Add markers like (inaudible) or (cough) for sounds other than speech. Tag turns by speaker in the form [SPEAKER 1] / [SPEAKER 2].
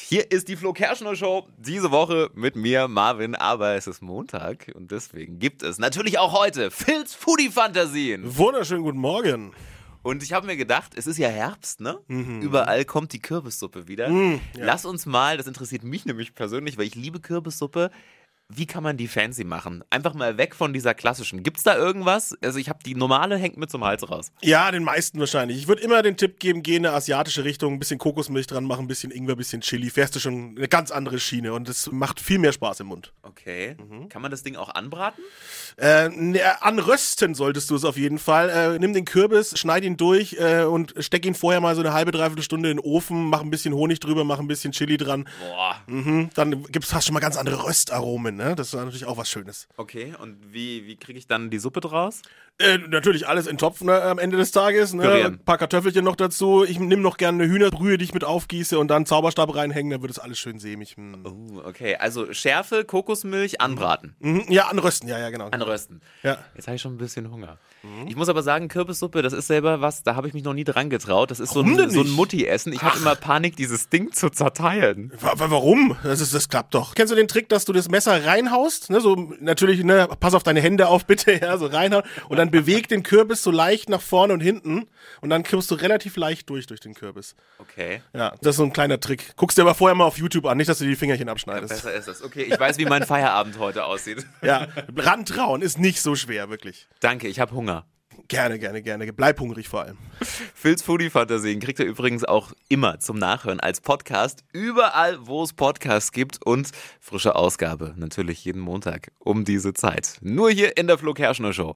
[SPEAKER 1] Hier ist die Flo Kerschner Show diese Woche mit mir, Marvin, aber es ist Montag und deswegen gibt es natürlich auch heute Phil's Foodie Fantasien.
[SPEAKER 2] Wunderschönen guten Morgen.
[SPEAKER 1] Und ich habe mir gedacht, es ist ja Herbst, ne? Überall kommt die Kürbissuppe wieder.
[SPEAKER 2] ja.
[SPEAKER 1] Lass uns mal, das interessiert mich nämlich persönlich, weil ich liebe Kürbissuppe. Wie kann man die fancy machen? Einfach mal weg von dieser klassischen. Gibt's da irgendwas? Also ich habe die normale hängt mir zum Hals raus.
[SPEAKER 2] Ja, den meisten wahrscheinlich. Ich würde immer den Tipp geben, geh in eine asiatische Richtung, ein bisschen Kokosmilch dran machen, ein bisschen Ingwer, ein bisschen Chili. Fährst du schon eine ganz andere Schiene und es macht viel mehr Spaß im Mund.
[SPEAKER 1] Okay. Kann man das Ding auch anbraten?
[SPEAKER 2] Äh, ne, anrösten solltest du es auf jeden Fall. Äh, nimm den Kürbis, schneid ihn durch äh, und steck ihn vorher mal so eine halbe, dreiviertel Stunde in den Ofen, mach ein bisschen Honig drüber, mach ein bisschen Chili dran.
[SPEAKER 1] Boah.
[SPEAKER 2] Mhm. Dann gibt's hast du schon mal ganz andere Röstaromen, ne? Das ist natürlich auch was Schönes.
[SPEAKER 1] Okay, und wie, wie kriege ich dann die Suppe draus?
[SPEAKER 2] Äh, natürlich alles in den Topf ne, am Ende des Tages. Ne?
[SPEAKER 1] Pürieren.
[SPEAKER 2] Ein paar Kartoffelchen noch dazu. Ich nehme noch gerne eine Hühnerbrühe, die ich mit aufgieße und dann Zauberstab reinhängen, dann wird es alles schön sämig. Hm.
[SPEAKER 1] Uh, okay, also Schärfe, Kokosmilch, anbraten,
[SPEAKER 2] Mhm. Ja, anrösten, ja, ja, genau.
[SPEAKER 1] anrösten.
[SPEAKER 2] Ja.
[SPEAKER 1] Jetzt habe ich schon ein bisschen Hunger.
[SPEAKER 2] Mhm.
[SPEAKER 1] Ich muss aber sagen, Kürbissuppe, das ist selber was, da habe ich mich noch nie dran getraut. Das ist so
[SPEAKER 2] Warum
[SPEAKER 1] ein,
[SPEAKER 2] denn
[SPEAKER 1] so ein
[SPEAKER 2] nicht?
[SPEAKER 1] Mutti-Essen. Ich habe immer Panik, dieses Ding zu zerteilen.
[SPEAKER 2] Wa- wa- Warum? Das, ist, das klappt doch. Kennst du den Trick, dass du das Messer reinhaust? Ne, so natürlich, ne, pass auf deine Hände auf, bitte, (laughs) ja, so reinhauen. Und dann beweg den Kürbis so leicht nach vorne und hinten. Und dann kippst du relativ leicht durch durch den Kürbis.
[SPEAKER 1] Okay,
[SPEAKER 2] Ja, das ist so ein kleiner Trick. Guckst dir aber vorher mal auf YouTube an, nicht, dass du die Fingerchen abschneidest.
[SPEAKER 1] besser ist das. Okay, ich weiß, wie mein Feierabend heute aussieht.
[SPEAKER 2] Ja, rantrauen ist nicht so schwer, wirklich.
[SPEAKER 1] Danke, ich habe Hunger.
[SPEAKER 2] Gerne, gerne, gerne. Bleib hungrig vor allem.
[SPEAKER 1] Phil's Foodie Fantasien kriegt ihr übrigens auch immer zum Nachhören als Podcast. Überall, wo es Podcasts gibt und frische Ausgabe. Natürlich jeden Montag um diese Zeit. Nur hier in der Flo Kerschner Show.